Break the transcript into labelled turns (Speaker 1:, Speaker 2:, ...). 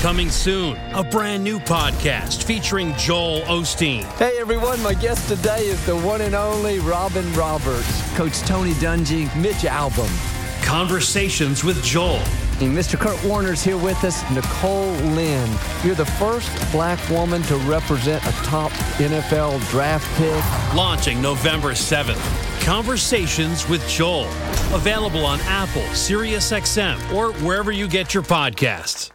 Speaker 1: Coming soon, a brand new podcast featuring Joel Osteen.
Speaker 2: Hey everyone, my guest today is the one and only Robin Roberts, Coach Tony Dungy, Mitch Album.
Speaker 1: Conversations with Joel.
Speaker 2: Mr. Kurt Warner's here with us, Nicole Lynn. You're the first black woman to represent a top NFL draft pick.
Speaker 1: Launching November 7th. Conversations with Joel. Available on Apple, SiriusXM, or wherever you get your podcasts.